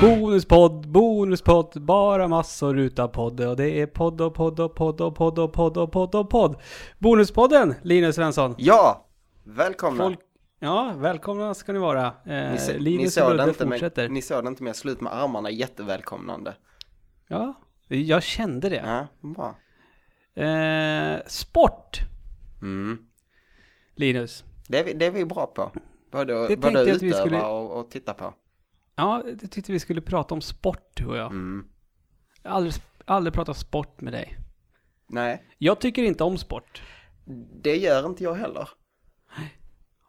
Bonuspodd, bonuspodd, bara massor utav podd och det är podd och podd och podd och podd och podd och podd och podd. Bonuspodden, Linus Svensson. Ja, välkomna! Folk, ja, välkomna ska ni vara. Eh, ni, se, ni, Linus och såg det Ludde inte fortsätter. med, ni såg det inte med slut med armarna, jättevälkomnande. Ja, jag kände det. Ja, bra. Eh, sport, Mm. Linus. Det, är vi, det är vi bra på. Både, Det både tänkte jag att vi utöva skulle- och, och titta på. Ja, jag tyckte vi skulle prata om sport, tror jag. Mm. Jag har aldrig, aldrig pratat sport med dig. Nej, Jag tycker inte om sport. det gör inte jag heller.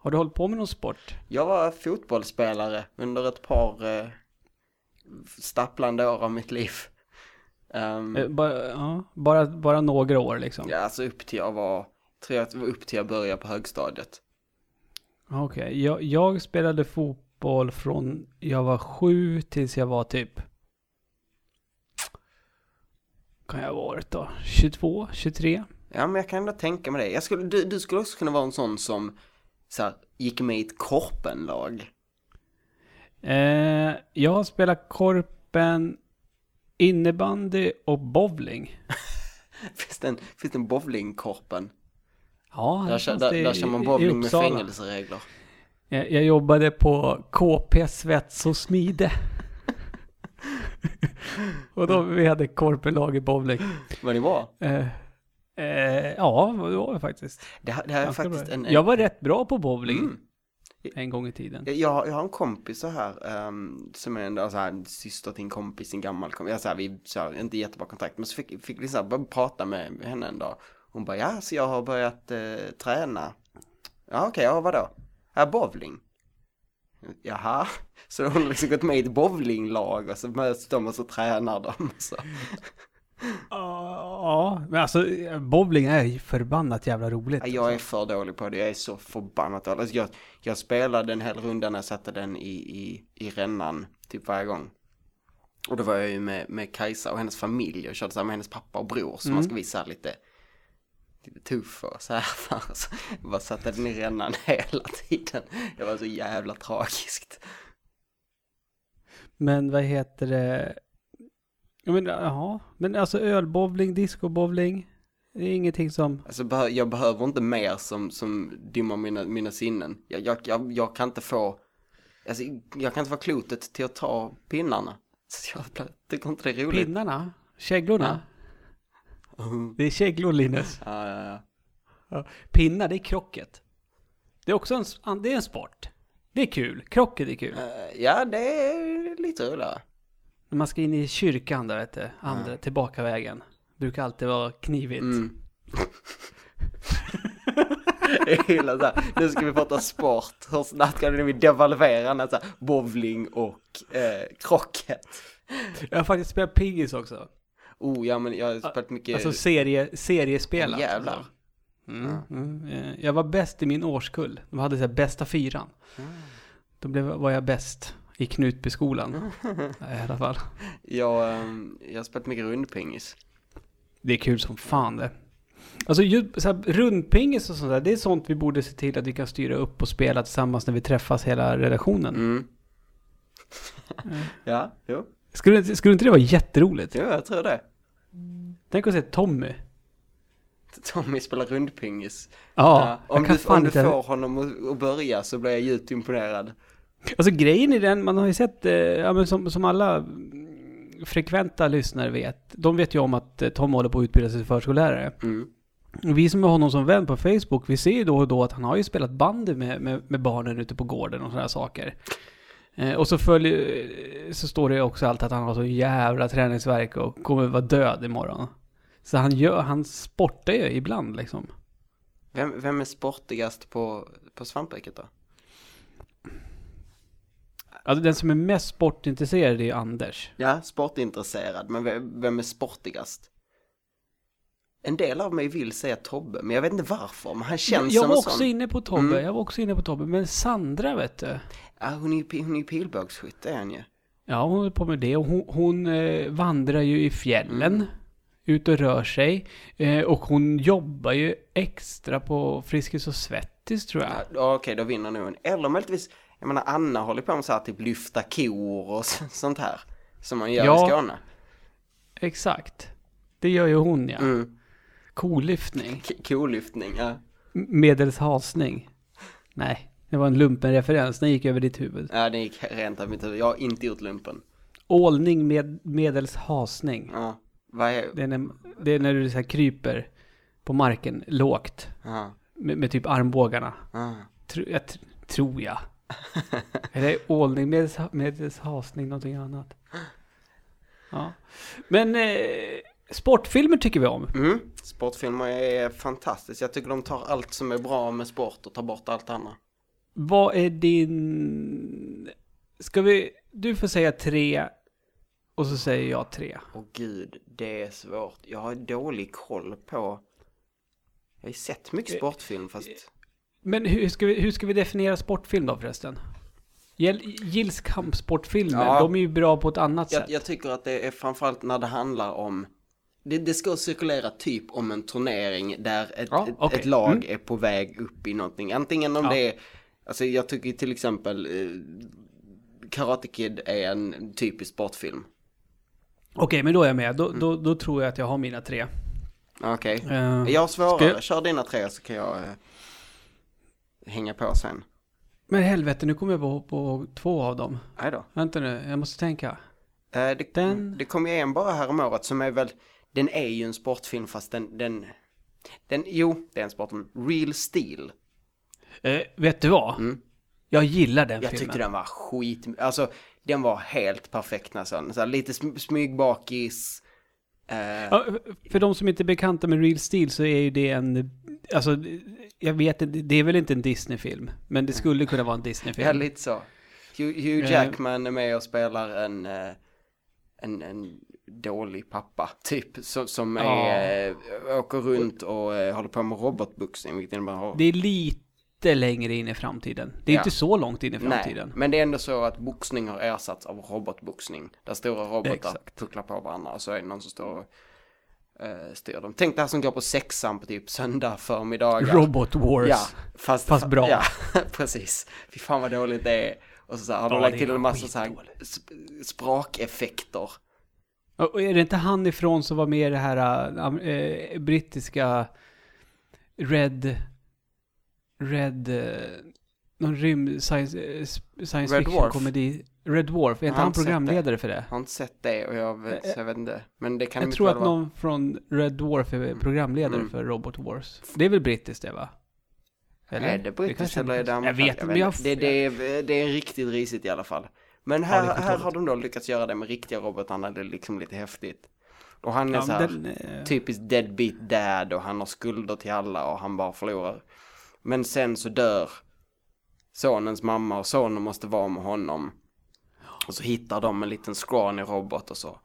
Har du hållit på med någon sport? Jag var fotbollsspelare under ett par eh, stapplande år av mitt liv. Ehm, Eh, bara, ja, bara, bara några år liksom? ja, alltså upp till jag var, tror jag att det var upp till jag började på högstadiet. Ah, Okej, jag, jag spelade fotboll från jag var sju tills jag var typ... Kan jag ha varit då? 22, 23? Ja, men jag kan ändå tänka mig det. Jag skulle, du, du skulle också kunna vara en sån som så här, gick med i ett korpenlag. Eh, jag har spelat korpen, innebandy och bowling. Finns det en, finns det en bowlingkorpen? Ja, Där, det kör- fanns där, det där kör i- man i bowling med Uppsala. fängelseregler. Jag, jag jobbade på KP Svets och Smide. och då vi hade korpenlag i bowling. Var det bra? Eh, eh, ja, det var det faktiskt. Det, här- det här är Ganska faktiskt bra. en... en Jag var rätt bra på bowling Mm. Eh. en gång i tiden. Jag, jag har- jag har en kompis så här, ehm, som är en så här, en syster till en kompis, en gammal kompis. Jag, så här, vi så här, inte jättebra kontakt, men så fick, fick vi så här, bara prata med henne en dag. Hon bara, ja, så jag har börjat eh, träna. Ja, okej, ja, vadå? Ja, bowling. Jaha, så hon har liksom gått med i ett bowlinglag och så möts de och så tränar de. Så. Ja, men alltså bowling är ju förbannat jävla roligt. alltså. Ja, Jag är för dålig på det, jag är så förbannat dålig. Alltså, jag, jag spelade en hel runda när jag satte den i, i, i rännan, typ varje gång. Och då var jag ju med, med Kajsa och hennes familj och körde så här med hennes pappa och bror, så man ska visa lite, lite tuff och så här. Så jag bara satte den i rännan hela tiden. Det var så jävla tragiskt. Men vad heter det? Ja, men, jaha. men alltså ölbowling, discobowling. Det är ingenting som... Alltså behö- jag behöver inte mer som, som dimmar mina, mina sinnen. Jag, jag, jag, jag kan inte få, alltså, jag kan inte få klotet till att ta pinnarna. Så jag blir- tycker inte det är roligt. Pinnarna? Käglorna? Uh, Det är käglor, Linus. ja, ja, ja. Ja. Pinnar, det är krocket. Det är också en, s- an- det är en sport. Det är kul. Krocket är kul. Eh, ja, det är lite roligare. När man ska in i kyrkan där, vet du. Andra, tillbaka vägen. Brukar alltid vara knivigt. Mm. Jag gillar så här, nu ska vi prata sport. Hur snabbt kan vi devalvera när så här, bowling och eh, krocket? Jag har faktiskt spelat pingis också. Oh, ja men jag har spelat mycket... Alltså serie, seriespelat. Åh, jävlar. Alltså. Mm, mm. Eh, Jag var bäst i min årskull. De hade så här bästa fyran. Ah. Då blev, var jag bäst i Knutbyskolan. I alla fall. jag, ehm, jag har spelat mycket rundpingis. Det är kul som fan det. Alltså ju- så här, rundpingis och sånt där, det är sånt vi borde se till att vi kan styra upp och spela tillsammans när vi träffas hela redaktionen. Mm. ja, jo. Skulle, inte- skulle inte det vara jätteroligt? jo, jag tror det. Tänk att se Tommy. Tommy spelar rundpingis. Ja, om, jag kan du, fan om du inte... får honom att- att börja så blir jag djupt imponerad. Alltså grejen i den, man har ju sett, eh, ja, men som, som alla mm, frekventa lyssnare vet, de vet ju om att eh, Tom håller på att utbilda sig till förskollärare. Mm. Och Vi som har honom som vän på Facebook, vi ser ju då och då att han har ju spelat bandy med, med, med barnen ute på gården och sådana saker. Eh, och så följer, eh, så står det ju också alltid att han har så jävla träningsvärk och kommer vara död imorgon. Så han gör, han sportar ju ibland liksom. Vem, vem är sportigast på, på svampriket då? Alltså den som är mest sportintresserad är ju Anders. Ja, sportintresserad, men vem, vem är sportigast? En del av mig vill säga Tobbe, men jag vet inte varför, men han känns jag som var en också sån. Mm. inne på Tobbe, jag var också inne på Tobbe, men Sandra vet du. Ja, hon är ju pi- hon är ju pilbågsskytt, det är han ju. Ja, hon håller på med det och hon, hon eh, vandrar ju i fjällen. Mm. Ut och rör sig. Eh, och hon jobbar ju extra på Friskis och Svettis tror jag. Ja, Okej, då vinner nog en. Eller möjligtvis, jag menar Anna håller på med så här typ lyfta kor och så- sånt här. Som man gör Ja. i Skåne. Exakt. Det gör ju hon ja. Mm. Kolyftning. K- Kolyftning, ja. M- Medels hasning. Nej, det var en lumpenreferens. Den gick över ditt huvud. Ja, det gick rent av mitt huvud. Jag har inte gjort lumpen. Ålning med medels hasning. Ja. Vad är... Det är när, det är när du så här kryper på marken lågt Ja. med, med typ armbågarna. Ja. Tro, jag, tr- tror jag. Eller ålning med, med hasning, någonting annat. Ja. Men eh, sportfilmer tycker vi om. Mm. Sportfilmer är fantastiskt. Jag tycker de tar allt som är bra med sport och tar bort allt annat. Vad är din... Ska vi... Du får säga tre och så säger jag tre. Åh gud, det är svårt. Jag har dålig koll på... Jag har ju sett mycket sportfilm fast... Men hur ska vi, hur ska vi definiera sportfilm då förresten? Gäll- Gills kampsportfilmer, Ja. de är ju bra på ett annat Jag, sätt. jag tycker att det är framförallt när det handlar om... Det, det ska cirkulera typ om en turnering där ett, Ja, ett, okej. Mm. ett lag är på väg upp i någonting. Antingen om Ja. det är... Alltså jag tycker till exempel... Eh, Karate Kid är en typisk sportfilm. Okej, men då är jag med. Då, Mm. då, då tror jag att jag har mina tre. Okej. Eh, Jag har svårare. jag- Kör dina tre så kan jag eh, hänga på sen. Men helvete, nu kommer jag på, på två av dem. Nej då. Vänta nu, jag måste tänka. Eh, det, Den- det kom ju en bara här om året som är väl, den är ju en sportfilm fast den, den, den jo, det är en sportfilm. Real Steel. Eh, vet du vad? Jag gillar den Mm. Jag filmen. tyckte den var skit, alltså den var helt perfekt nästan. Så här, lite sm- smygbakis. Eh, Ja, för de som inte är bekanta med Real Steel så är ju det en... Alltså, jag vet inte, det är väl inte en Disney-film. Men Mm. det skulle kunna vara en ja, Disney-film. lite så. Hugh, Hugh Eh. Jackman är med och spelar en, eh, en, en dålig pappa, typ, som, som är, eh, åker runt och eh, håller på med robotboxning, vilket innebär har Det är lite längre in i framtiden. Det är Ja. inte så långt in i Nej, framtiden. men det är ändå så att boxning har ersatts av robotboxning. Där stora robotar Exakt. pucklar på varandra och så är det någon som står och eh, styr dem. Tänk det här som går på sexan på typ söndag förmiddagar. Robot Wars. Ja, fast, Fast bra. Ja, precis. Fy fan vad dåligt det är. Och så, så här, har de Ja, det lagt är till en massa så här skitdåligt. sp- sprakeffekter. Och och är det inte han ifrån som var med i det här äh, am- eh, brittiska Red... Red... eh, någon rymd science, eh, sp- science Red fiction Dwarf. komedi. Red Dwarf, är Jag inte har han inte sett det. programledare för det? Jag har inte sett det och jag, vet- Eh, så jag vet inte. Men det kan Jag mycket tror väl att vara. någon från Red Dwarf är programledare Mm. för Robot Wars. Det är väl brittiskt det va? Är det brittiskt kanske eller är det Jag amerikanskt? vet inte, men jag... Det, det, är- det är riktigt risigt i alla fall. Men Ja, det här, är här skitdåligt. har de då lyckats göra det med riktiga robotarna, det är liksom lite häftigt. Och han är Ja, så här, typ men den, eh, typiskt deadbeat dad och han har skulder till alla och han bara förlorar. Men sen så dör sonens mamma och sonen måste vara med honom. Och så hittar de en liten scrawny robot och så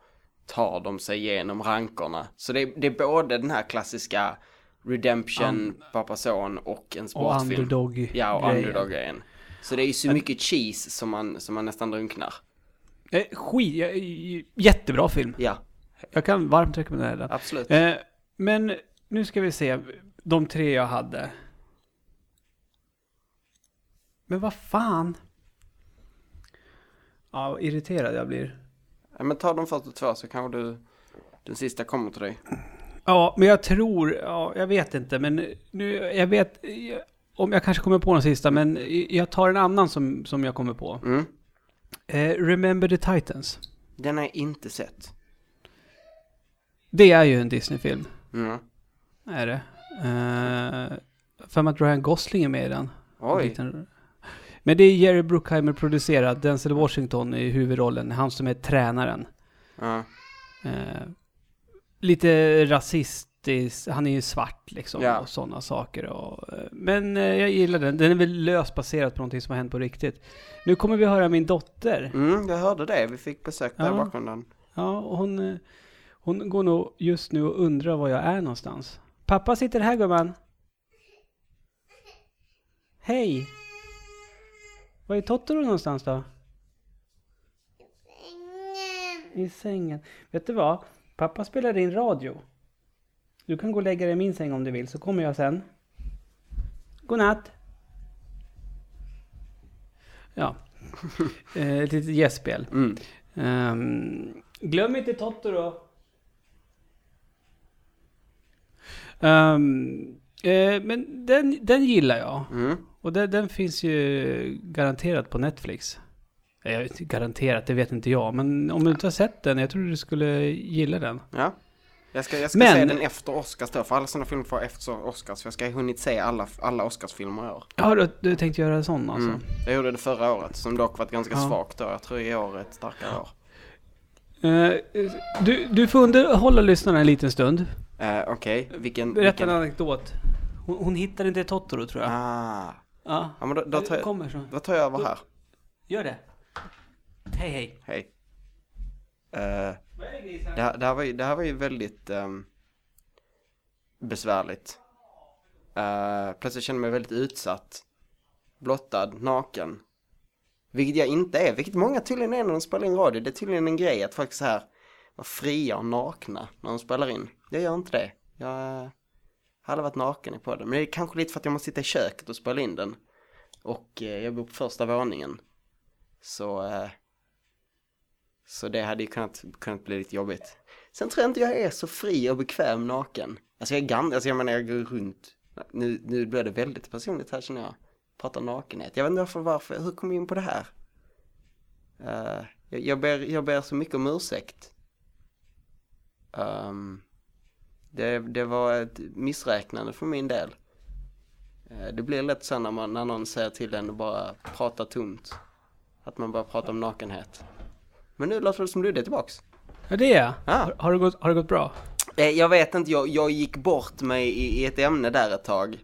tar de sig igenom rankorna. Så det, är- det är både den här klassiska redemption, pappa-son och en och sportfilm. Underdog. Ja, och grejen. underdog-grejen. Så det är ju så mycket cheese som man, som man nästan drunknar. Eh, skit, jag- jättebra film. Ja, Jag kan varmt rekommendera den. absolut. Eh, men nu ska vi se, de tre jag hade. Men vad fan? Ja, vad irriterad jag blir. Ja, men ta de första två så kanske du, den sista kommer till dig. Ja, men jag tror, ja, jag vet inte, men nu, jag vet eh, om jag kanske kommer på den sista, men jag tar en annan som, som jag kommer på. Mm. Eh, Remember the Titans. Den har jag inte sett. Det är ju en Disney-film, Mm. är det. Eh, för mig att Ryan Gosling är med i den. Oj. Liten- Men det är Jerry Bruckheimer producerad, Denzel Washington i huvudrollen, han som är tränaren. Ja. Eh, lite rasistisk, han är ju svart liksom Ja. och sådana saker. Och, eh, men eh, jag gillar den, den är väl löst baserad på någonting som har hänt på riktigt. Nu kommer vi höra min dotter. Mm, jag hörde det. Vi fick besök där Ja. i bakgrunden. Ja, och hon, eh, hon går nog just nu och undrar var jag är någonstans. Pappa sitter här gumman. Hej! Var är Totoro någonstans då? I sängen. Vet du vad? Pappa spelar in radio. Du kan gå och lägga dig i min säng om du vill, så kommer jag sen. God natt. Ja. Eh, ett litet gästspel. Mm. Ehm, glöm inte Totoro. Ehm, eh, men den, den gillar jag. Mm. Och den, den finns ju garanterat på Netflix. Eh, Jag vet, inte, garanterat, det vet inte jag. Men om du inte har sett den, jag tror du skulle gilla den. Ja. Jag ska, jag ska Men- se den efter Oscars då, för alla sådana filmer får efter Oscars. För jag ska ha hunnit se alla, alla Oscarsfilmer i år. Ja, du, du tänkte göra en sån alltså? Mm. Jag gjorde det förra året, som dock varit ganska Ja. svagt då. Jag tror i år är ett starkare år. Eh, du, du får underhålla lyssnarna en liten stund. Eh, Okej, vilken... Berätta vilken... en anekdot. Hon, hon hittade inte Totoro tror jag. Ah. Ja. Ja, men då, då, tar Det jag, kommer så. då tar jag över här. Gör det. Hej hej. Hej. Eh, det, här- det, här var ju, det här var ju väldigt ehm, besvärligt. Eh, plötsligt kände jag mig väldigt utsatt. Blottad, naken. Vilket jag inte är, vilket många tydligen är när de spelar in radio. Det är tydligen en grej att folk så här vara fria och nakna när de spelar in. Jag gör inte det. Jag eh, hade varit naken i podden. Men det är kanske lite för att jag måste sitta i köket och spela in den. Och eh, jag bor på första våningen. Så eh, så det hade ju kunnat, kunnat bli lite jobbigt. Sen tror jag inte jag är så fri och bekväm naken. Alltså jag är gammal, alltså jag menar jag går runt. Nu, nu blir det väldigt personligt här känner jag. Pratar nakenhet. Jag vet inte varför, varför hur kom jag in på det här? Eh, jag, jag, ber, jag ber så mycket om ursäkt. Ehm, det, det var ett missräknande för min del. Eh, det blir lätt så när, man, när någon säger till en att bara prata tomt. Att man bara pratar om nakenhet. Men nu låter det som du det är tillbaks. Ja det är jag. Ah. Har, har, det gått, har det gått bra? Eh, jag vet inte, jag, jag gick bort mig i, i ett ämne där ett tag.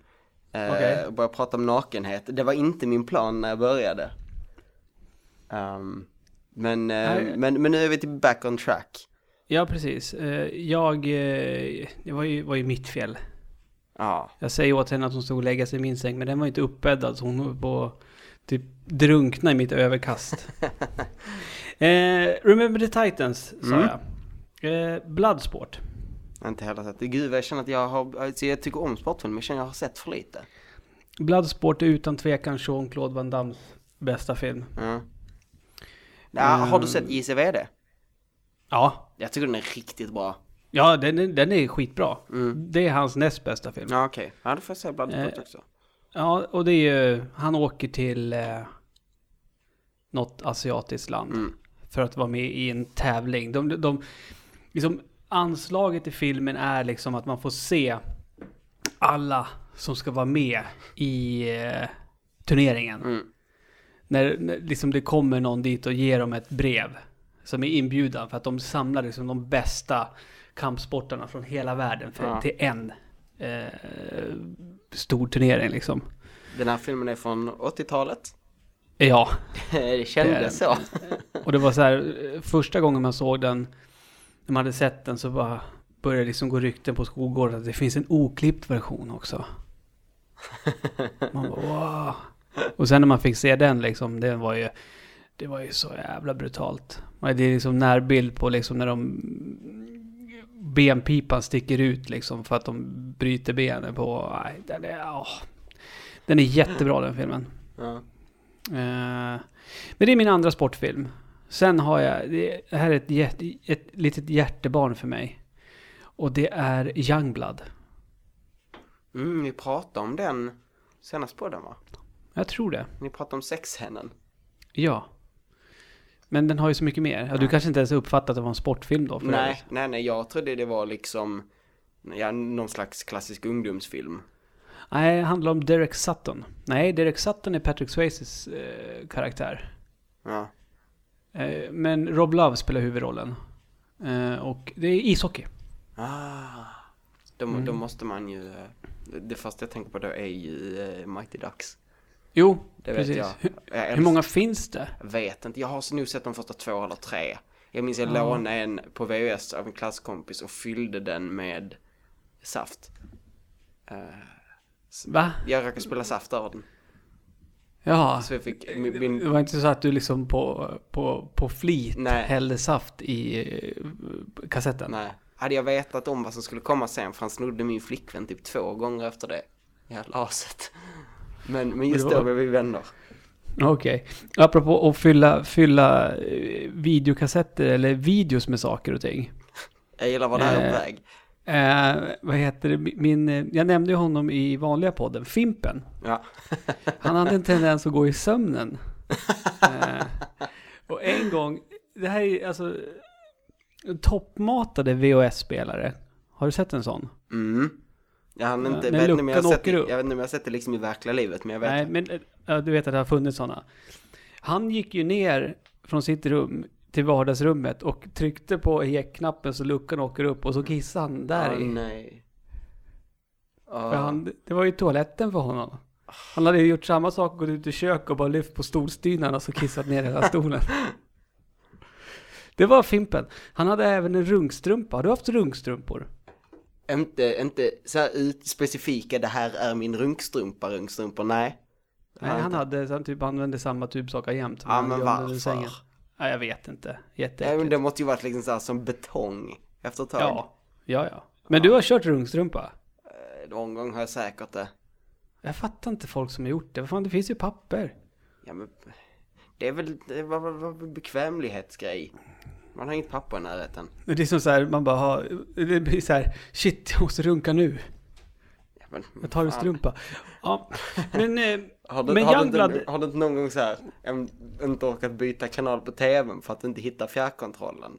Eh, Okej. och Började prata om nakenhet. Det var inte min plan när jag började. Ehm, men, eh, Nej. men, men nu är vi till back on track. Ja precis. Eh, Jag... eh, Det var ju, var ju mitt fel. Ja, Jag säger åt henne att hon stod och lägga sig i min säng men den var inte uppbäddad så hon höll på att typ drunkna i mitt överkast. eh, Remember the Titans sa Mm. jag. Eh, Bloodsport. inte heller sett. Gud vad jag känner att jag har, alltså jag tycker om sportfilm men jag känner att jag har sett för lite. Bloodsport är utan tvekan Jean-Claude Van Dammes bästa film. Ja. Ja, Har du sett Ehm. JCVD? Ja, Mm. Jag tycker den är riktigt bra. ja den, är- den är skitbra. Mm. Det är hans näst bästa film. Ja okej, ja då får jag se Bloodsport Eh. också. Ja, och det är ju, han åker till eh, något asiatiskt land Mm. för att vara med i en tävling. De, de, liksom, anslaget i filmen är liksom att man får se alla som ska vara med i eh, turneringen. Mm. När, när liksom det kommer någon dit och ger dem ett brev som är inbjudan för att de samlar liksom de bästa kampsportarna från hela världen för, Ja. till en eh, stor turnering liksom. Den här filmen är från 80-talet. Ja, Det kändes så. och det var så här, eh, första gången man såg den, när man hade sett den så bara började liksom gå rykten på skolgården att det finns en oklippt version också. Man bara wow. Och sen när man fick se den liksom, det var ju, det var ju så jävla brutalt. Men Det är liksom närbild på liksom när de benpipan sticker ut liksom för att de bryter benen på, nej, den är, åh. Den är jättebra den filmen. Ja. Eh, Men det är min andra sportfilm. Sen har jag, det det här är ett, hjärt, ett litet hjärtebarn för mig. Och det är Youngblood. Mm, ni pratade om den senast på den va? Jag tror det. Ni pratade om sexhännen. Ja. Men den har ju så mycket mer. Ja, du kanske inte ens har uppfattat att det var en sportfilm då? För Nej, nej, nej, jag trodde det var liksom, ja, någon slags klassisk ungdomsfilm. Nej, det handlar om Derek Sutton. Nej, Derek Sutton är Patrick Swayzes eh, karaktär. Ja, Eh, men Rob Love spelar huvudrollen. Eh, och det är ishockey. ah, då, Mm. då måste man ju, eh, det- det första jag tänker på då är ju eh, Mighty Ducks. Jo, Det precis. vet Hur, jag. jag älsk- hur många finns det? Jag vet inte, jag har nu sett de första två eller tre. Jag minns jag lånade en på VHS av en klasskompis och fyllde den med saft. Eh, Va? Jag råkade spela saft över den. Jaha. Så jag fick min, min Det var inte så att du liksom på, på, på flit Nej. hällde saft i eh, kassetten? Nej. Hade jag vetat om vad som skulle komma sen, för han snodde min flickvän typ två gånger efter det. Jävla aset. Men, men just Det var- då blev vi vänner. Okej. Apropå att fylla, fylla eh, videokassetter eller videos med saker och ting. Jag gillar vad det här är på Eh. väg. Eh, vad heter det? Min, eh, jag nämnde ju honom i vanliga podden, Fimpen. Ja. Han hade en tendens att gå i sömnen. Eh, och en gång, det här är alltså toppmatade VHS-spelare. Har du sett en sån? Mm. Jag, hann inte, Ja, jag, när vet inte om jag, har luckan sett, det- åker upp. jag vet inte om jag har sett det liksom i verkliga livet, men jag vet Nej, det. men eh, ja, du vet att det har funnits sådana. Han gick ju ner från sitt rum till vardagsrummet och tryckte på eject-knappen så luckan åker upp och så kissade han där Åh, i. Ah, nej. För Oh. han, det var ju toaletten för honom. Han hade ju gjort samma sak, gått ut i kök och bara lyft på stolstynarna och så kissat ner hela stolen. Det var Fimpen. Han hade även en runkstrumpa. Har du haft runkstrumpor? Inte, inte så här ut specifika, det här är min runkstrumpa, runkstrumpor, nej. Nej, han hade, så han typ använde samma tubsakar jämt. Ja, Han men gömde den i varför? sängen. Nej, jag vet inte. Nej, men Jätteäckligt. det måste ju varit liksom så här som betong efter ett tag. Ja, ja, ja. Men du har kört runkstrumpa? Eh, Någon gång har jag säkert det. Jag fattar inte folk som har gjort det. Vad fan, det finns ju papper. Ja, men det är väl, det var, var, var en bekvämlighetsgrej. Man har inget papper i närheten. Det är som så här, man bara har, det blir så här, shit, jag måste runka nu. Ja, men, Jag tar en fan. strumpa. Ja, men... eh, Har du, men har, Youngblood- du inte, har du inte någon gång så här, en, inte orkat byta kanal på tvn för att du inte hittar fjärrkontrollen?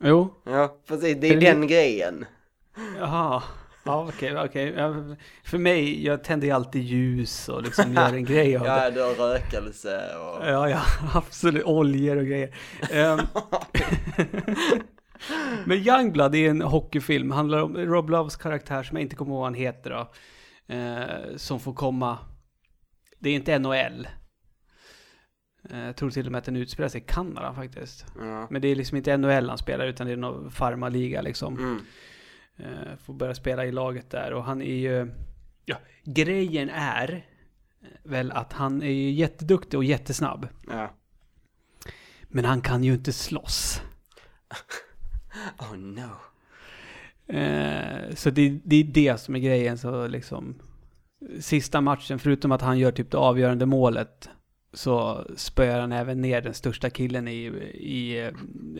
Jo. Ja, precis, det Är är det- den grejen. Jaha. Ja, okej, okej. Ja, För mig, jag tänder ju alltid ljus och liksom gör en grej av det. Ja, du har rökelse och... Ja, ja, absolut. Oljor och grejer. Ehm, Men Youngblood är en hockeyfilm. Handlar om Rob Loves karaktär, som jag inte kommer ihåg vad han heter då. eh, Som får komma... Det är inte NHL. Eh, Jag tror till och med att den utspelar sig i Kanada faktiskt. Ja. Men det är liksom inte NHL han spelar, utan det är någon farmaliga liksom. Mm. Eh, Får börja spela i laget där och han är ju... Ja, grejen är eh, väl att han är ju jätteduktig och jättesnabb. Ja. Men han kan ju inte slåss. Oh no. Eh, Så det, det är det som är grejen. Så liksom, sista matchen, förutom att han gör typ det avgörande målet, så spöar han även ner den största killen i, i eh,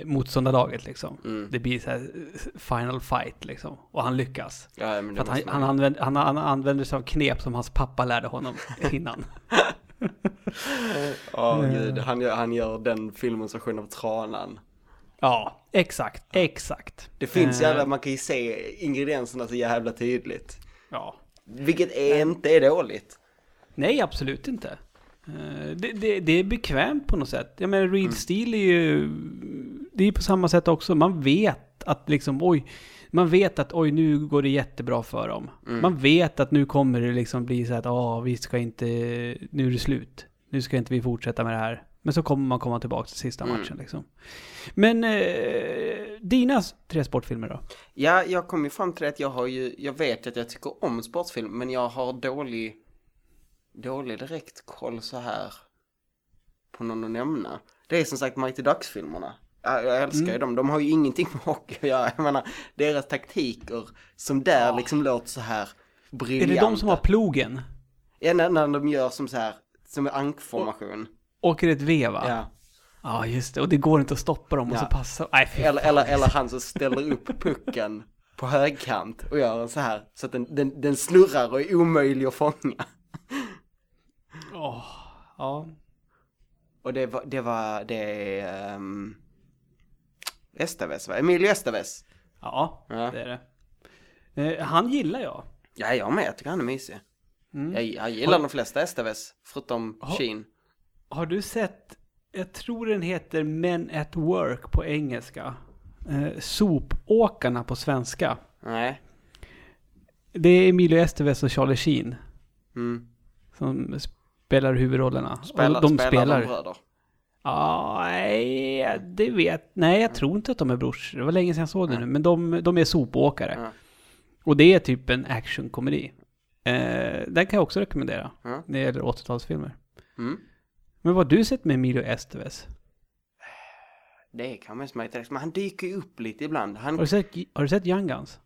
motståndarlaget. Liksom. Mm. Det blir så här eh, final fight liksom. Och han lyckas. Ja, men För det att han, måste man... han, använder, han, han använder sig av knep som hans pappa lärde honom innan. Åh, Mm. gud, han gör, han gör den filmversionen av Tranan. ja, exakt, exakt. Det finns Eh, jävla, man kan ju se ingredienserna så jävla tydligt. Eh, Ja. Vilket Mm. är, inte är dåligt. Nej, absolut inte. Eh, Det, det, det är bekvämt på något sätt. Jag menar, Reed Steel är ju... Det är på samma sätt också. Man vet att liksom, oj... Man vet att oj, nu går det jättebra för dem. Man vet att nu kommer det liksom bli så här att ah, vi ska inte... Nu är det slut. Nu ska inte vi fortsätta med det här. Men så kommer man komma tillbaka till sista matchen liksom. Men eh, dina tre sportfilmer då? Ja, jag kom ju fram till att jag har ju, jag vet att jag tycker om sportfilm, men jag har dålig, dålig direkt koll så här på någon att nämna. Det är som sagt Mighty Ducks-filmerna. Jag, jag älskar Mm. ju dem, de har ju ingenting med hockey att göra. Jag menar, deras taktiker som där liksom låter så här Är briljanta. det de som har plogen? Ja, när, när de gör som så här, som en ankformation. Åker ett V va? Ja, Ja. just det. Och det går inte att stoppa dem och Ja. så passar... Nej, fy Eller, eller, eller han som ställer upp pucken på högkant och gör den så här så att den, den, den snurrar och är omöjlig att fånga. Åh, ja. Och det var, det var, det är... Um, Esteves va? Emilio Esteves. ja, Ja. det är det. Eh, han gillar jag. Ja, jag med. Jag tycker han är mysig. Jag, jag gillar de flesta Esteves, förutom Ha- Sheen. Har du sett, jag tror den heter Men at Work på engelska. Eh, sopåkarna på svenska. Nej. Det är Emilio Estevez och Charlie Sheen Mm. som spelar huvudrollerna. Spelar, och de spelar, spelar. de bröder. Ja, nej, det vet... Nej, jag tror inte att de är brorsor. Det var länge sedan jag såg det nu. Men de, de är sopåkare. Ja. Och det är typ en actionkomedi. Eh, den kan jag också rekommendera. Ja. När det gäller 80-talsfilmer. Mm. Men vad har du sett med Emilio Estevez? Det kan man ju smaka direkt. Men han dyker ju upp lite ibland. Han... Har du sett, har du sett Young Guns?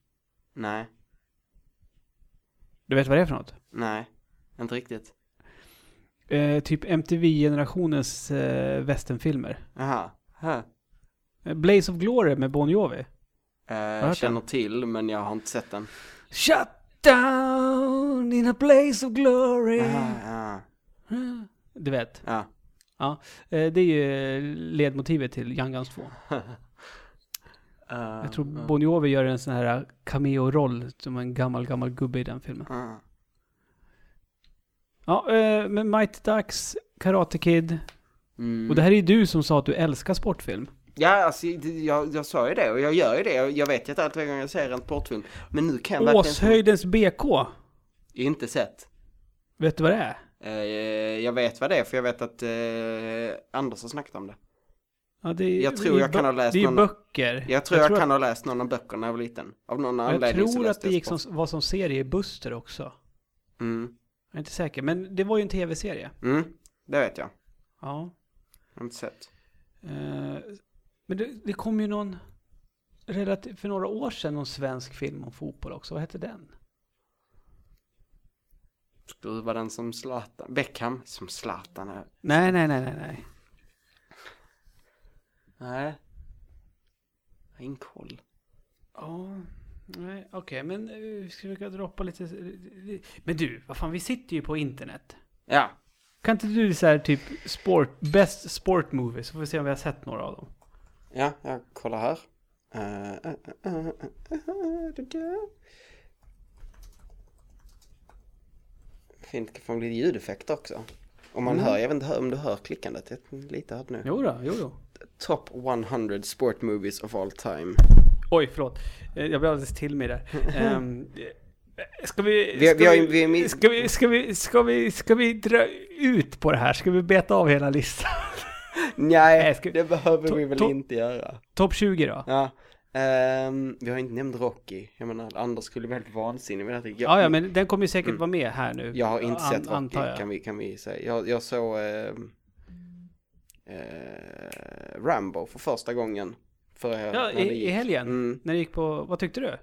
Nej, Du vet vad det är för något? nej. Inte riktigt. eh, typ MTV-generationens eh, westernfilmer. Aha. Huh. Eh, Blaze of Glory med Bon Jovi. Eh, hört känner till, men jag har inte sett den. Shut down in a blaze of glory. Aha, Ah, ja, Du vet, ja. eh, det är ju ledmotivet till Young Guns 2. Jag tror Bon Jovi gör en sån här eh, cameo-roll som en gammal, gammal gubbe i den filmen. Ja. Ja, eh, men Mighty Ducks, Karate Kid. Mm. Och det här är ju du som sa att du älskar sportfilm. Ja, alltså, det- jag, jag sa ju det och jag gör ju det. Jag, jag vet ju att allt varje gång jag ser en sportfilm. Men nu kan jag verkligen... Åshöjdens BK. Inte sett. Vet du vad det är? Eh, jag vet vad det är, för jag vet att eh, Anders har snackat om det. Ja, det är, Jag tror det är jag kan bö- ha läst Det är någon- böcker. Jag tror jag, att- kan ha läst någon av böckerna när jag var liten. Av någon Jag anledning så tror att läste det jag gick som, sport. var som serie i Buster också. Mm. Jag är inte säker, men det var ju en tv-serie. Mm. Det vet jag. Ja. Jag har inte sett. Eh, men det, det kom ju någon, relativt, för några år sedan, någon svensk film om fotboll också. Vad hette den? Skruva den som Zlatan. Beckham som Zlatan är. Nej, nej, nej, nej, nej. Nej. Jag har Ingen koll. Ja, nej, okej, men eh, vi ska försöka droppa lite... Men du, vad fan, vi sitter ju på internet. Ja. Kan inte du så här typ sport, best sport movies, så får vi se om vi har sett några av dem. Ja, jag kollar här. Eh, eh, eh, eh, eh, det där. Fint, det kan få lite ljudeffekt också. Om man hör, jag vet inte hör- om du hör klickandet, jag lite hört nu. Jo då, jo då. Top 100 sport movies of all time. Oj, förlåt. Eh, Jag blev alldeles till mig där. Ehm, eh, Ska vi, Vi- ska, vi har ju- vi är vi, med- ska, vi, ska, vi, ska, vi, ska vi dra ut på det här? Ska vi beta av hela listan? Nej, Nej, ska- det behöver to- vi väl to- inte göra. Topp 20 då? Ja. ehm, vi har inte nämnt Rocky. Jag menar, Anders skulle bli helt vansinnig med det. här. Jag, Ja, ja, men den kommer ju säkert vara med här nu. Mm. jag har inte sett Rocky, antar jag. kan vi, kan vi säga. Jag, jag såg ehm, eh, Rambo för första gången. Förra Ja, när det i, i gick. helgen. Mm. När det gick på, vad tyckte du?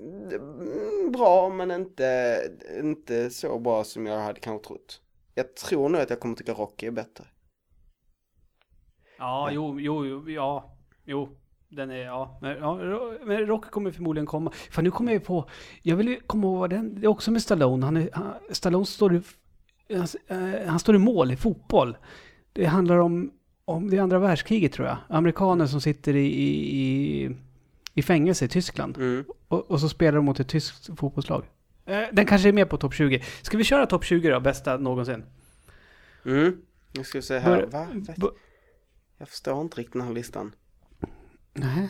Mm, Bra, men inte, inte så bra som jag hade kanske trott. Jag tror nog att jag kommer tycka Rocky är bättre. Ja, jo, jo, jo, ja, jo. Den är, ja. Men, ja, Ro- men Rocky kommer förmodligen komma. För nu kommer jag ju på, jag vill ju komma ihåg vad den, det är också med Stallone. Han är, han, Stallone står i, han, eh, han står i mål i fotboll. Det handlar om, om det andra världskriget tror jag. Amerikaner som sitter i, i, i, i fängelse i Tyskland. Mm. Och, och så spelar de mot ett tyskt fotbollslag. Eh, Den kanske är med på topp 20. Ska vi köra topp 20 då, bästa någonsin? Mm. Nu ska vi se här. Bör- Va? bör- Jag förstår inte riktigt den här listan. Nej.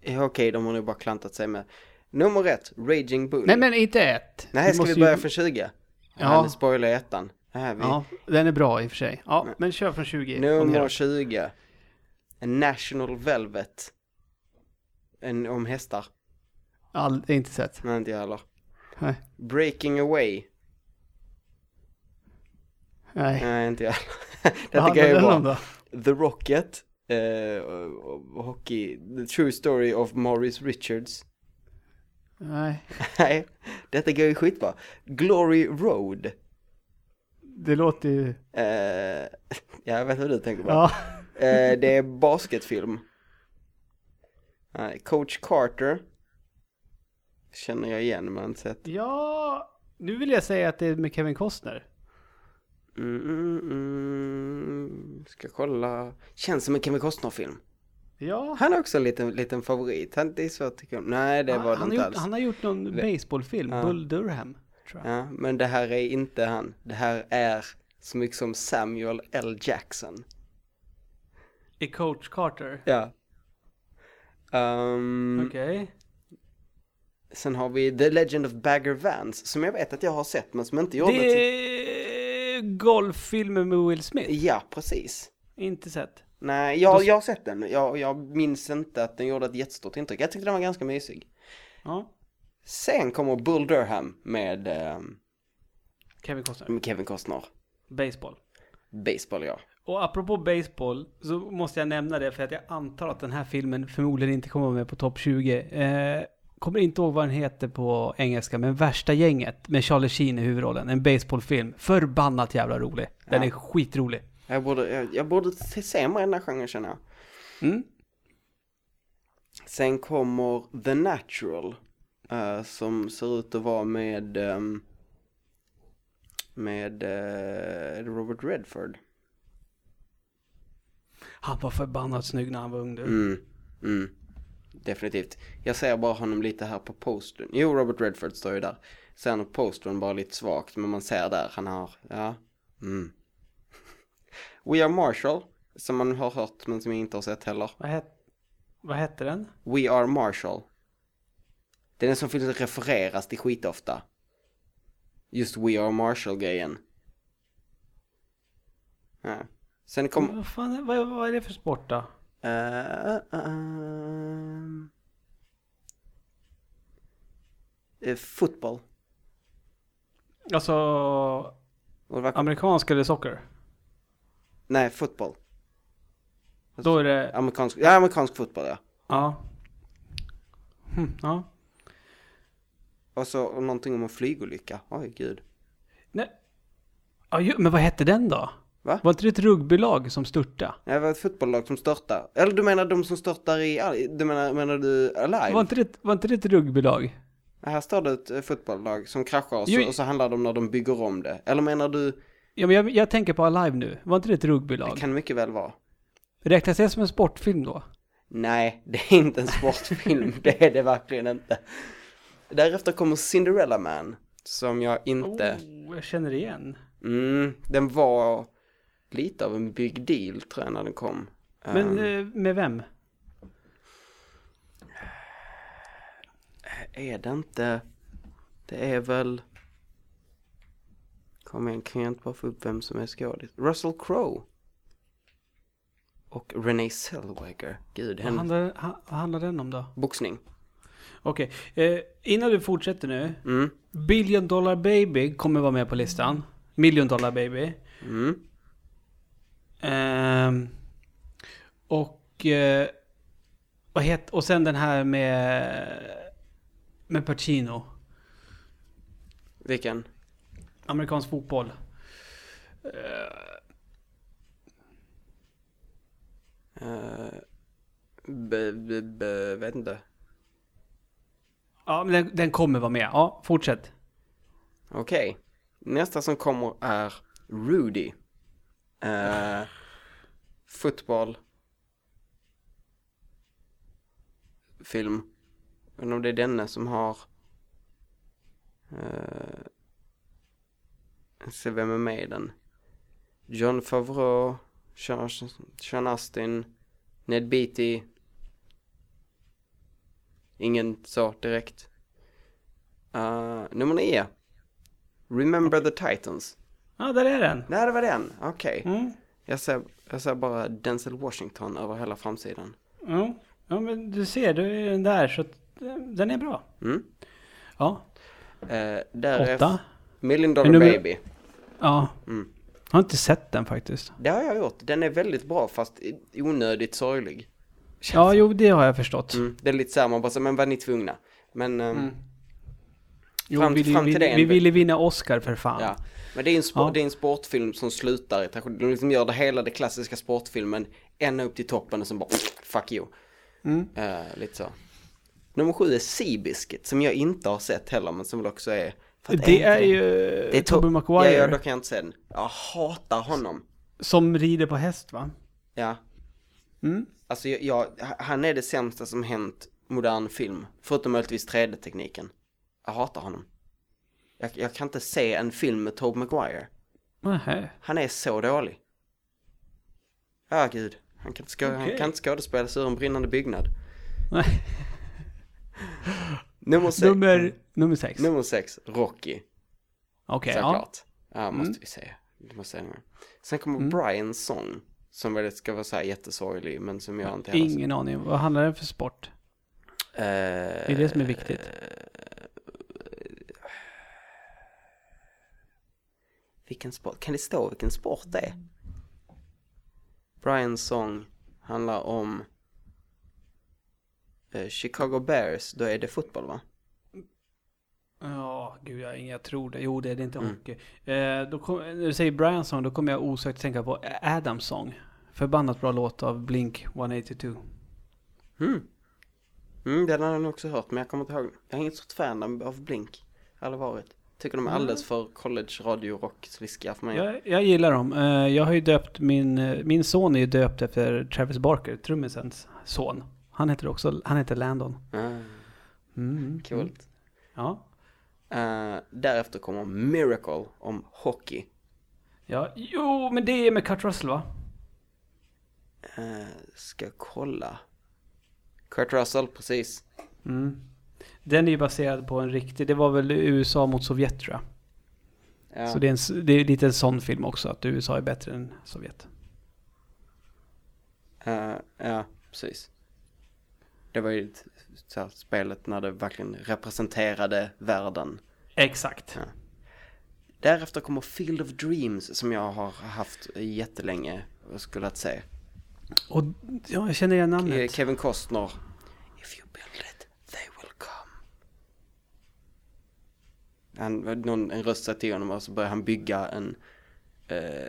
Ja, Okej, de har nog bara klantat sig med. Nummer ett, Raging Bull. Nej men inte ett. Nej, ska måste vi ju- börja från 20? Ja. Ja. Nu spoilar jag ettan. Här, vi. Ja, den är bra i och för sig. Ja, men kör från 20. och Nummer neråt. 20. A National Velvet. En om hästar. All, det är inte sett. Nej, inte jag heller. Nej. Breaking Away. Nej. Nej, inte jag heller. Det Vad tycker jag handlar är den om bra. då? The Rocket. eh, och- och hockey. The True Story of Maurice Richards. Nej. Nej, detta går ju skitbra. Glory Road. Det låter ju... Eh, jag vet vad du tänker på. Ja. Eh, det är basketfilm. Nej, Coach Carter. Känner jag igen men jag har inte sett. ja. Nu vill jag säga att det är med Kevin Costner. Mm, mm, mm. Ska kolla. Känns som en Kevin Costner-film. Ja. Han är också en liten, liten favorit. Han, det är svårt att tycka om. Nej, det han, var det han, inte har gjort, alls. han har gjort någon baseballfilm, Bull Durham. Tror jag. Ja, men det här är inte han. Det här är så mycket som Samuel L. Jackson. I Coach Carter. Ja. Ehm, Okej. Sen har vi The Legend of Bagger Vance, som jag vet att jag har sett, men som inte gjorde... typ- Det till- är golffilmen med Will Smith. Ja, precis. Inte sett. Nej, jag, jag har sett den. Jag, jag minns inte att den gjorde ett jättestort intryck. Jag tyckte den var ganska mysig. Ja. Sen kommer Bull Durham med ehm, Kevin Costner. med Kevin Costner. Baseball. Baseball, ja. Och apropå baseball så måste jag nämna det för att jag antar att den här filmen förmodligen inte kommer med på topp 20. Eh, kommer inte ihåg vad den heter på engelska, men Värsta gänget med Charlie Sheen i huvudrollen. En baseballfilm. Förbannat jävla rolig. Den Ja. är skitrolig. Jag borde, jag, jag borde se- se mer i den här genren känner jag. Mm. Sen kommer The Natural. eh, som ser ut att vara med ehm, med eh, Robert Redford. Han var förbannat snygg när han var ung du. Mm, mm. Definitivt. Jag ser bara honom lite här på postern. Jo, Robert Redford står ju där. Ser honom på postern bara lite svagt, men man ser där han har, ja. Mm. We Are Marshall, som man har hört men som jag inte har sett heller. Vad, het, vad hette den? We Are Marshall. Det är den som finns refereras till skitofta. Just We Are Marshall-grejen. Ja. Sen kom... Vad, fan, vad, vad är det för sport då? Eh, ehm. Eh, fotboll. Alltså, Och det var- amerikansk eller socker? Nej, fotboll. Då är det, Amerikansk, Alltså- ja, amerikansk fotboll ja. ja. Hm, ja. Och så någonting om en flygolycka. Oj gud. Nej. Ja, ju, men vad hette den då? Va? Var inte det ett rugbylag som störtade? Nej, det var ett fotbollslag som störtar. Eller du menar de som störtar i... Du menar, menar du Alive? Var inte det, var inte det ett rugbylag? Här står det ett eh, fotbollslag som kraschar och så, Jo. och så handlar det om när de bygger om det. Eller menar du... Ja, men jag, jag tänker på Alive nu. Var inte det ett Det rugbylag? kan mycket väl vara. Räknas det som en sportfilm då? Nej, det är inte en sportfilm. det är det verkligen inte. Därefter kommer Cinderella Man, som jag inte... Oh, jag känner igen. Mm, den var lite av en big deal, tror jag, när den kom. Men Ehm, eh, med vem? är det inte... Det är väl... Kom igen, kan jag inte bara få upp vem som är skådis? Russell Crowe. Och Renee Zellweger. Gud, Vad henne. handlar, ha, vad handlar den om då? Boxning. Okej, eh, innan du fortsätter nu. Mm, Billion Dollar Baby kommer vara med på listan. Million Dollar Baby. mm. Ehm, och... Eh, vad het, och sen den här med... Med Pacino. Vilken? Amerikansk fotboll. Eh, b- b- b- vet inte. Ja, men den, den kommer vara med. Ja, fortsätt. Okej. Nästa som kommer är Rudy. Eh, fotboll. Film. Men om det är denne som har... Eh, jag ska se vem är med i den. John Favreau, Sean Sean Astin, Ned Beatty. Ingen så direkt. Eh, nummer nio. Remember the Titans. Ja, där är den. Nej, det var den. Okej. Mm. Jag, ser, jag ser bara Denzel Washington över hela framsidan. Ja. ja, men du ser, du är den där. Så att, eh, den är bra. Mm. Ja, Eh, där åtta. Million Dollar Men nu- Baby. Ja. Mm. Jag har inte sett den faktiskt. Det har jag gjort. Den är väldigt bra fast i- onödigt sorglig. Ja, jo, det har jag förstått. Mm. Det är lite såhär man bara så, men var ni tvungna? Men, ehm, Mm. Jo, Fram- vi, fram till vi, den. vi ville vinna Oscar för fan. ja. Men det är, en sport, Ja. det är en sportfilm som slutar i tragedi. De liksom gör det hela den klassiska sportfilmen ända upp till toppen och sen bara fuck you. Mm. Eh, lite så. Nummer sju är Seabiscuit som jag inte har sett heller men som väl också är... för att Det är ju Det är Tobey to- Maguire Ja, ja, då kan jag inte se den. Jag hatar honom. som rider på häst va? Ja. Mm. Alltså, jag, jag, han är det sämsta som hänt modern film. Förutom möjligtvis 3D-tekniken. Jag hatar honom. Jag, jag kan inte se en film med Tobey Maguire. Nähä. Han är så dålig. Ja, gud. Han kan, inte skå- han Okej. kan inte skådespela sig ur en brinnande byggnad. Nej. Nummer sex. Nummer, nummer sex. Mm. Nummer sex, Rocky. Okej, ja. Mm. Såklart. Ja, måste vi se. Vi måste se den här. Sen kommer Brian's Song. Som väl ska vara så här jättesorglig, men som jag inte heller Eh, Ingen aning. Vad handlar det för sport? Det är det som är viktigt. Vilken sport? Kan det stå vilken sport det är? Brian's Song handlar om... eh, eh, Chicago Bears, då är det fotboll va? Ja, gud jag, jag tror det. Jo, det är det inte Mm. hockey. Eh, då kom, när du säger Branson, då kommer jag osökt tänka på Adams sång. Förbannat bra låt av Blink 182. Mm. Mm, den har jag nog också hört, men jag kommer inte ihåg. Jag är inget stort fan av- av Blink. Aldrig varit. Tycker de är Mm. alldeles för college radio rock sliskiga för mig. Jag, jag gillar dem. Eh, jag har ju döpt min, eh, min son är ju döpt efter Travis Barker, trummisens son. Han heter också, han heter Landon. Ah, Mm. coolt. Ja. Eh, därefter kommer Miracle om hockey. ja. Jo, men det är med Kurt Russell va? Eh, ska kolla. Kurt Russell, precis. Mm. Den är ju baserad på en riktig, det var väl USA mot Sovjet tror jag. Ja. Så det är, en, s- det är lite en sån film också, att USA är bättre än Sovjet. Eh, ja, precis. Det var ju ett- så här, spelet när det verkligen representerade världen. Exakt. Ja. Därefter kommer Field of Dreams som jag har haft jättelänge och skulle att se. Och ja, jag känner igen Eh, namnet. Kevin Costner. If you build it, they will come. Han, någon, en röst sa till honom och så började han bygga en, eh,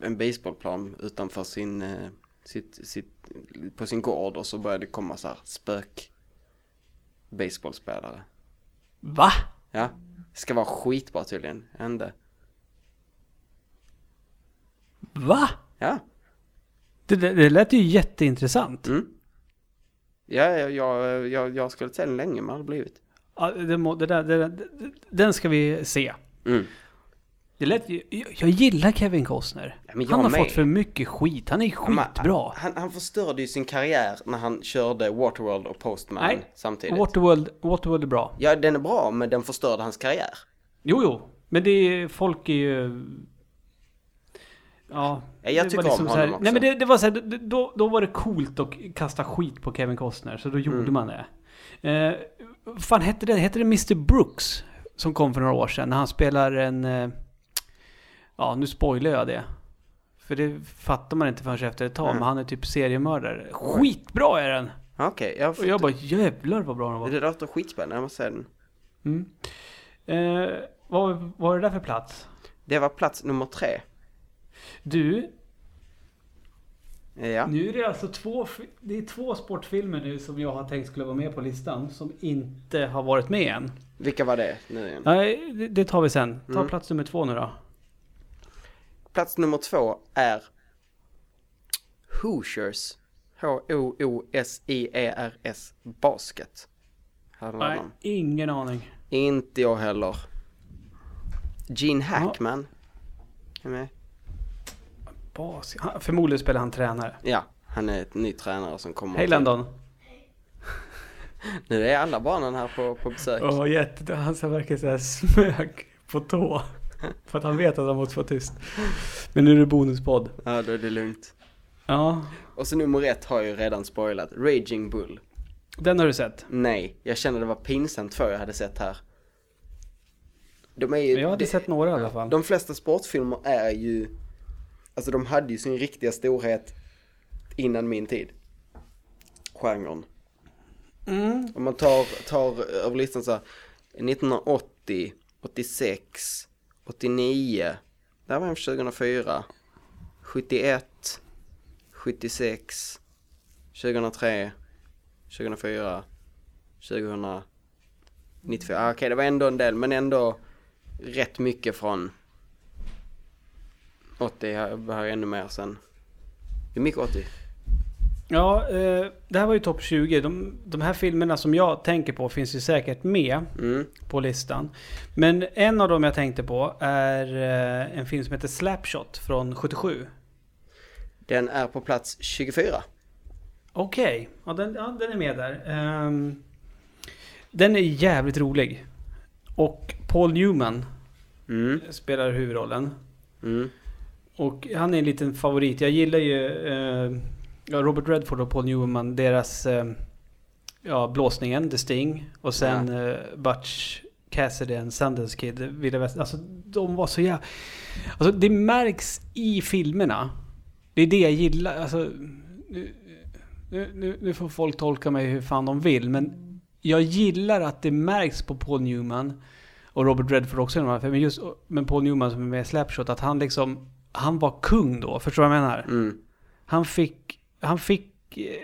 en baseballplan utanför sin, eh, sitt, sitt, på sin gård och så började det komma så här spök baseballspelare. Va? Ja, ska vara skitbra tydligen. Hände. Va? Ja. Det, det, det lät ju jätteintressant. Mm. Ja, jag, jag, jag, jag skulle säga den länge men det har blivit. Ja, det, må- det där, det, där- det, den ska vi se. Mm. Det lät, ju- jag, jag gillar Kevin Costner. Ja, men jag han har med. fått för mycket skit. Han är Men skitbra. Han, han förstörde ju sin karriär när han körde Waterworld och Postman Nej. samtidigt. Waterworld, Waterworld är bra. Ja, den är bra, men den förstörde hans karriär. Jo, jo. Men det är, folk är ju... Ja. Ja, jag det tycker var liksom om så här, honom Nej men också. det, det var så här, det- då, då var det coolt att kasta skit på Kevin Costner, så då Mm. gjorde man det. Eh, fan hette det, hette det Mr Brooks? Som kom för några år sedan, när han spelar en... Eh, ja, nu spoilar jag det. För det fattar man inte förrän efter ett tag, Mm. men han är typ seriemördare. Skitbra är den! Ja, Okej, jag Och får... jag bara jävlar vad bra den var. Det där låter skitspännande, jag måste säga den. Mm. Eh, vad vad var det där för plats? Det var plats nummer tre. Du, Ja. Nu är det alltså två, fi- det är två sportfilmer nu som jag har tänkt skulle vara med på listan som inte har varit med än. Vilka var det nu igen? Nej, det- det tar vi sen. Ta Mm. plats nummer två nu då. Plats nummer två är Hoosiers. H-O-O-S-I-E-R-S E Basket. Handlar Nej, det om. ingen aning. Inte jag heller. Gene Hackman. Är med. Bas, han, förmodligen spelar han tränare. Ja, han är ett ny tränare som kommer. Hej till- Landon. Nu är alla barnen här på, på besök. Oh, jätte, han ser verkligen såhär smög på tå. För att han vet att han måste vara tyst. Men nu är det bonuspodd. Ja, då är det lugnt. Ja, Och så nummer ett har jag ju redan spoilat. Raging Bull. den har du sett. Nej, jag kände det var pinsamt för jag hade sett här. De är ju... Jag hade de, sett några i alla fall. de flesta sportfilmer är ju... Alltså de hade ju sin riktiga storhet innan min tid. Genren. Mm. Om man tar, tar över listan så här, 1980, 86, 89, där var jag 2004, 71, 76, 2003, 2004, 2094. Ah, Okej, det var ändå en del, men ändå rätt mycket från 80, jag behöver ännu mer sen. Det är mycket 80. Ja, eh, det här var ju topp 20. De, de här filmerna som jag tänker på finns ju säkert med Mm. på listan. Men en av dem jag tänkte på är eh, en film som heter Slapshot från 77. Den är på plats 24. Okej, ja, den, ja, den är med där. Ehm, den är jävligt rolig. Och Paul Newman Mm. spelar huvudrollen. Mm. Och han är en liten favorit. Jag gillar ju eh, ja, Robert Redford och Paul Newman, deras eh, ja, blåsningen, The Sting. Och sen eh, Butch Cassidy and Sundance Kid, Vilda Västern. Alltså de var så jävla... Alltså det märks i filmerna. Det är det jag gillar. Alltså, eh, Nu, nu, nu får folk tolka mig hur fan de vill, men jag gillar att det märks på Paul Newman och Robert Redford också, i de här filmerna, men just men Paul Newman som är med i Slapshot, att han liksom, han var kung då, förstår du vad jag menar? Mm. Han fick, han fick, eh,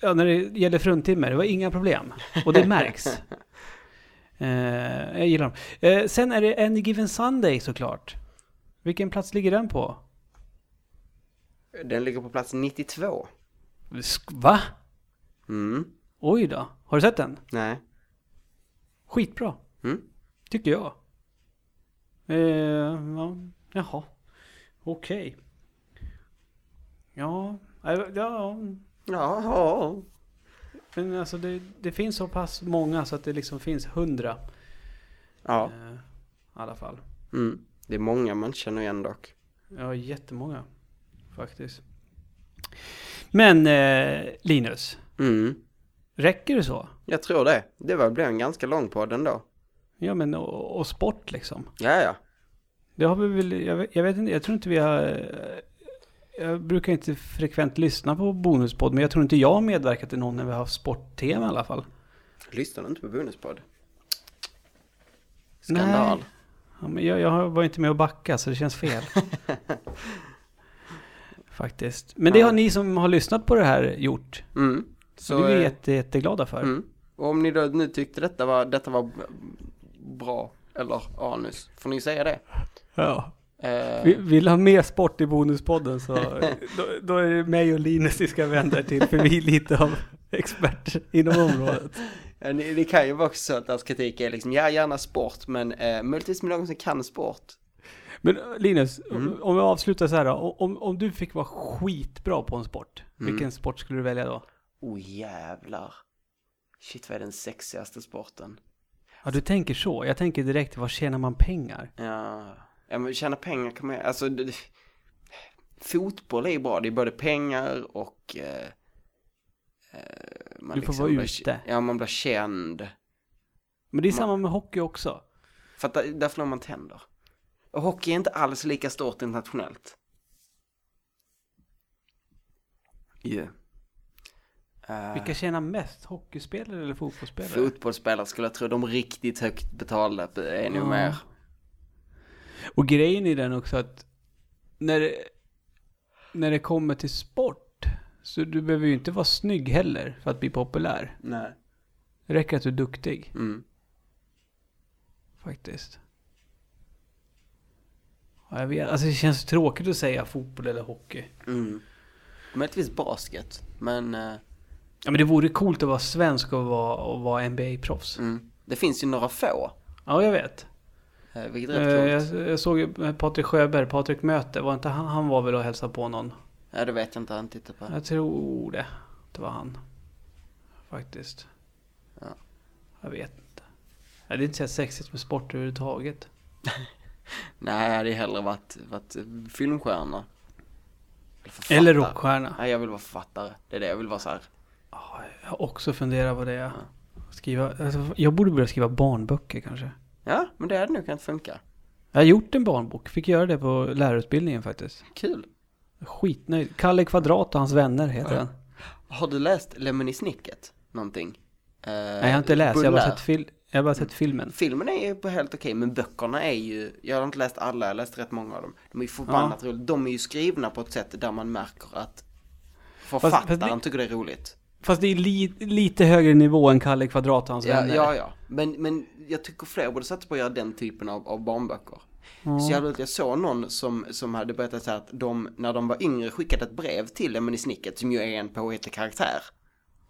ja när det gäller fruntimmer, det var inga problem. Och det märks. eh, jag gillar dem. Eh, sen är det Any Given Sunday såklart. Vilken plats ligger den på? Den ligger på plats 92. Sk- Va? Mm. Oj då. Har du sett den? Nej. Skitbra. Mm. Tycker jag. Eh, ja, jaha. Okej. Ja, ja, ja, Ja, ja. men alltså det, det finns så pass många så att det liksom finns hundra. Ja. Eh, I alla fall. Mm. Det är många man känner igen dock. Ja, jättemånga faktiskt. Men eh, Linus, Mm. räcker det så? Jag tror det. Det var, blev en ganska lång podd ändå. Ja, men och, och sport liksom. Ja, ja. Det har vi väl, jag, vet- jag vet inte, jag tror inte vi har... eh, Jag brukar inte frekvent lyssna på Bonuspodd, men jag tror inte jag har medverkat i någon när vi har haft sporttema i alla fall. Lyssnar du inte på Bonuspodd? Skandal. Nej. Ja, men jag, jag var inte med och backade, så det känns fel. Faktiskt. Men det Ja. har ni som har lyssnat på det här gjort. Mm. Så det är vi eh, jätte, jätteglada för. Mm. Och om ni då nu tyckte detta var, detta var b- bra, eller anus, får ni säga det? Ja. Eh, Vi- Vill ha mer sport i Bonuspodden så då, då är det mig och Linus vi ska vända till för vi är lite av experter inom området. eh, ni- det kan ju vara också så att deras kritik är liksom, ja gärna sport, men eh, möjligtvis med någon som kan sport. Men eh, Linus, om, om vi avslutar så här då. Om, om du fick vara skitbra på en sport, vilken sport skulle du välja då? Oh jävlar. Shit vad är den sexigaste sporten? Ja, du tänker så. Jag tänker direkt, var tjänar man pengar? Ja, ja men tjäna pengar kan man alltså det, det- fotboll är ju bra, det är både pengar och eh, eh, man Du får vara blir- ute. Ja, man blir känd. Men det är samma med hockey också. För att där, där förlorar man tänder. Och hockey är inte alls lika stort internationellt. Yeah. Eh, Vilka tjänar mest? Hockeyspelare eller fotbollsspelare? fotbollsspelare skulle jag tro, de riktigt högt betalda är nog Ja. mer. Och grejen i den också att när det, när det kommer till sport, så du behöver ju inte vara snygg heller för att bli populär. Nej. Det räcker att du är duktig, Mm. faktiskt. Ja, jag vet, alltså det känns tråkigt att säga fotboll eller hockey. Mm. Möjligtvis basket, men eh, Ja, men det vore coolt att vara svensk och vara, och vara NBA-proffs. Mm. Det finns ju några få, Ja, jag vet. eh, vilket är Eh, rätt Jag, coolt. jag såg ju Patrik Sjöberg, Patrik Möte, var inte han, han var väl och hälsade på någon? Ja, det vet jag inte, han tittar på. Jag tror det. Det var han. Faktiskt. Ja. Jag vet inte. Ja, Det är inte så sexigt med sport överhuvudtaget. Nej, jag hade ju hellre varit, varit eh, filmstjärna. Eller, författare. Eller rockstjärna. Nej, jag vill vara författare. Det är det jag vill vara så här. Ja, Jag har också funderat på det. jag- Skriva, alltså, jag borde börja skriva barnböcker kanske. Ja, men det hade nog kunnat funka. Jag har gjort en barnbok. Fick göra det på lärarutbildningen faktiskt. Kul. Skitnöjd. Kalle Kvadrat och hans vänner heter den. Har du läst Lemony Snicket? Någonting? Eh, Nej, jag har inte läst. Jag har bara sett, fil- jag har bara sett filmen. Filmen är ju på helt okej, men böckerna är ju, jag har inte läst alla, jag har läst rätt många av dem. De är ju förbannat roliga. De är ju skrivna på ett sätt där man märker att författaren det- tycker det är roligt. Fast det är li- lite högre nivå än Kalle Kvadrat och hans Ja, vänner. ja, ja. Men, men jag tycker fler borde satsa på att göra den typen av, av barnböcker. Så jag, vet, jag såg någon som, som hade berättat så här att de, när de var yngre, skickade ett brev till Lemony Snicket, som ju är en påhittig karaktär.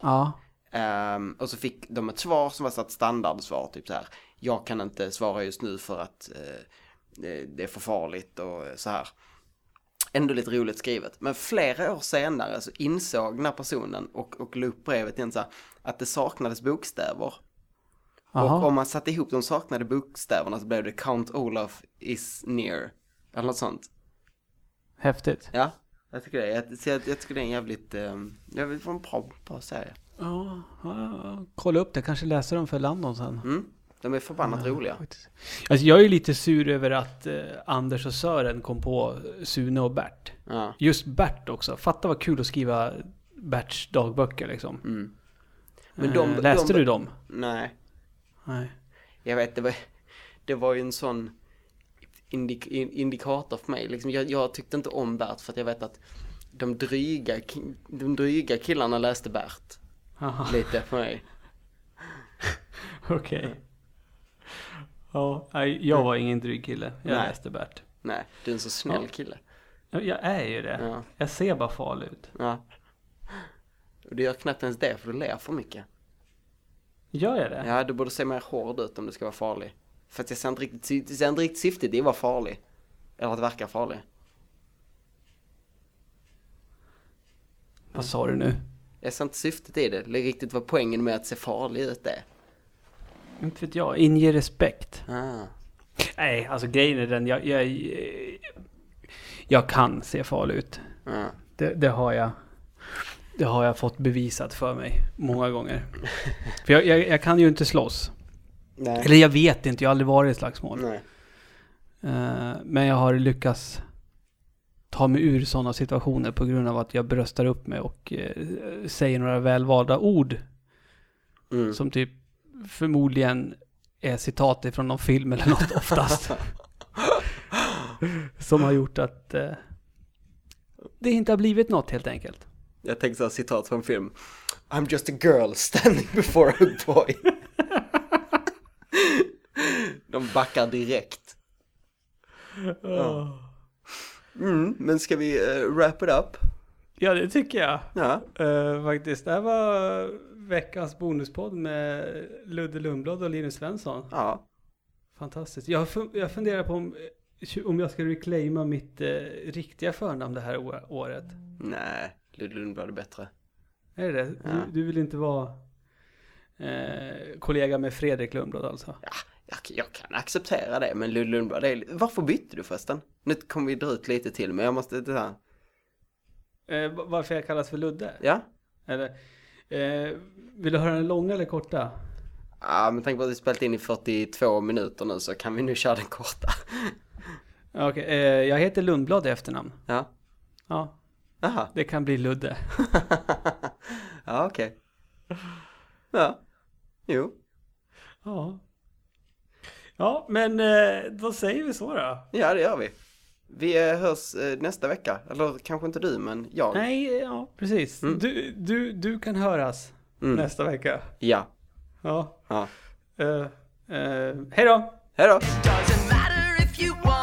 ja. Ehm, och så fick de ett svar som var så ett standardsvar, typ så här. Jag kan inte svara just nu för att eh, det- det är för farligt och så här. Ändå lite roligt skrivet. Men flera år senare så insåg den här personen och, och la upp brevet igen så här, att det saknades bokstäver. Och Aha. om man satte ihop de saknade bokstäverna så blev det Count Olaf is near. Eller något sånt. Häftigt. Ja, jag tycker det. Jag, så jag, jag tycker det är en jävligt, um, jag vill få en bra, bra serie. Ja, ja, ja. kolla upp det. Kanske läser dem för Landon sen. Mm. De är förbannat roliga. Faktiskt. Alltså jag är ju lite sur över att eh, Anders och Sören kom på Sune och Bert. Ja. Just Bert också. Fatta vad kul att skriva Berts dagböcker liksom. Mm. Men de, eh, läste de- du dem? Nej, Nej. jag vet, det var, det var ju en sån indik, in- indikator för mig. Liksom, jag, jag tyckte inte om Bert för att jag vet att de dryga, ki- de dryga killarna läste Bert Aha, lite för mig. okej. Ja, nej, jag var ingen dryg kille. Jag Nej. läste Bert. Nej, du är en så snäll Ja. kille. Ja, Jag är ju det. Ja, Jag ser bara farlig ut. ja. Och du gör knappt ens det för du ler för mycket. Gör jag det? Ja, du borde se mer hård ut om du ska vara farlig. För att jag ser inte riktigt, sy- jag ser inte riktigt syftet i att vara farlig. Eller att verka farlig. Vad sa du nu? Jag ser inte syftet i det, eller riktigt vad poängen med att se farlig ut är. Inte vet jag. Inge respekt. Ah. Nej, alltså grejen är den. Jag, jag, jag kan se farlig ut. Ah. Det, det har jag. Det har jag fått bevisat för mig många gånger. För jag, jag, jag kan ju inte slåss. Nej. Eller jag vet inte, jag har aldrig varit i slagsmål. Nej. Eh, men jag har lyckats ta mig ur sådana situationer på grund av att jag bröstar upp mig och eh, säger några välvalda ord Mm. som typ förmodligen är citat ifrån någon film eller något oftast. som har gjort att eh, det inte har blivit något helt enkelt. Jag tänkte såhär citat från film. I'm just a girl standing before a boy. De backar direkt. Mm, men ska vi eh, wrap it up? Ja, det tycker jag. Ja. Eh, faktiskt. Det här var veckans bonuspodd med Ludde Lundblad och Linus Svensson. Ja. Fantastiskt. Jag, fun- jag funderar på om, eh, om jag ska reclaima mitt eh, riktiga förnamn det här å- året. Nej, Ludde Lundblad är bättre. Är det det? Ja. Du, du vill inte vara eh, kollega med Fredrik Lundblad alltså? Ja, jag, jag kan acceptera det, men Ludde Lundblad är... Varför bytte du förresten? Nu kommer vi dra ut lite till, men jag måste... Det här. Eh, va- varför jag kallas för Ludde? Ja? Eller, eh, vill du höra den långa eller korta? Ja, men tänk på att vi spelat in i 42 minuter nu så kan vi nu köra den korta. Ja, Okej, eh, jag heter Lundblad i efternamn. Ja. Ja, Aha. det kan bli Ludde. ja, okej. Ja. Jo. Ja. Ja, men eh, då säger vi så då. Ja, det gör vi. Vi eh, hörs eh, nästa vecka. Eller kanske inte du, men jag. Nej, ja, precis. Mm. Du, du, du kan höras Mm. nästa vecka. Ja. Ja. ja. eh, eh, hej då! Hej då! Doesn't matter if you want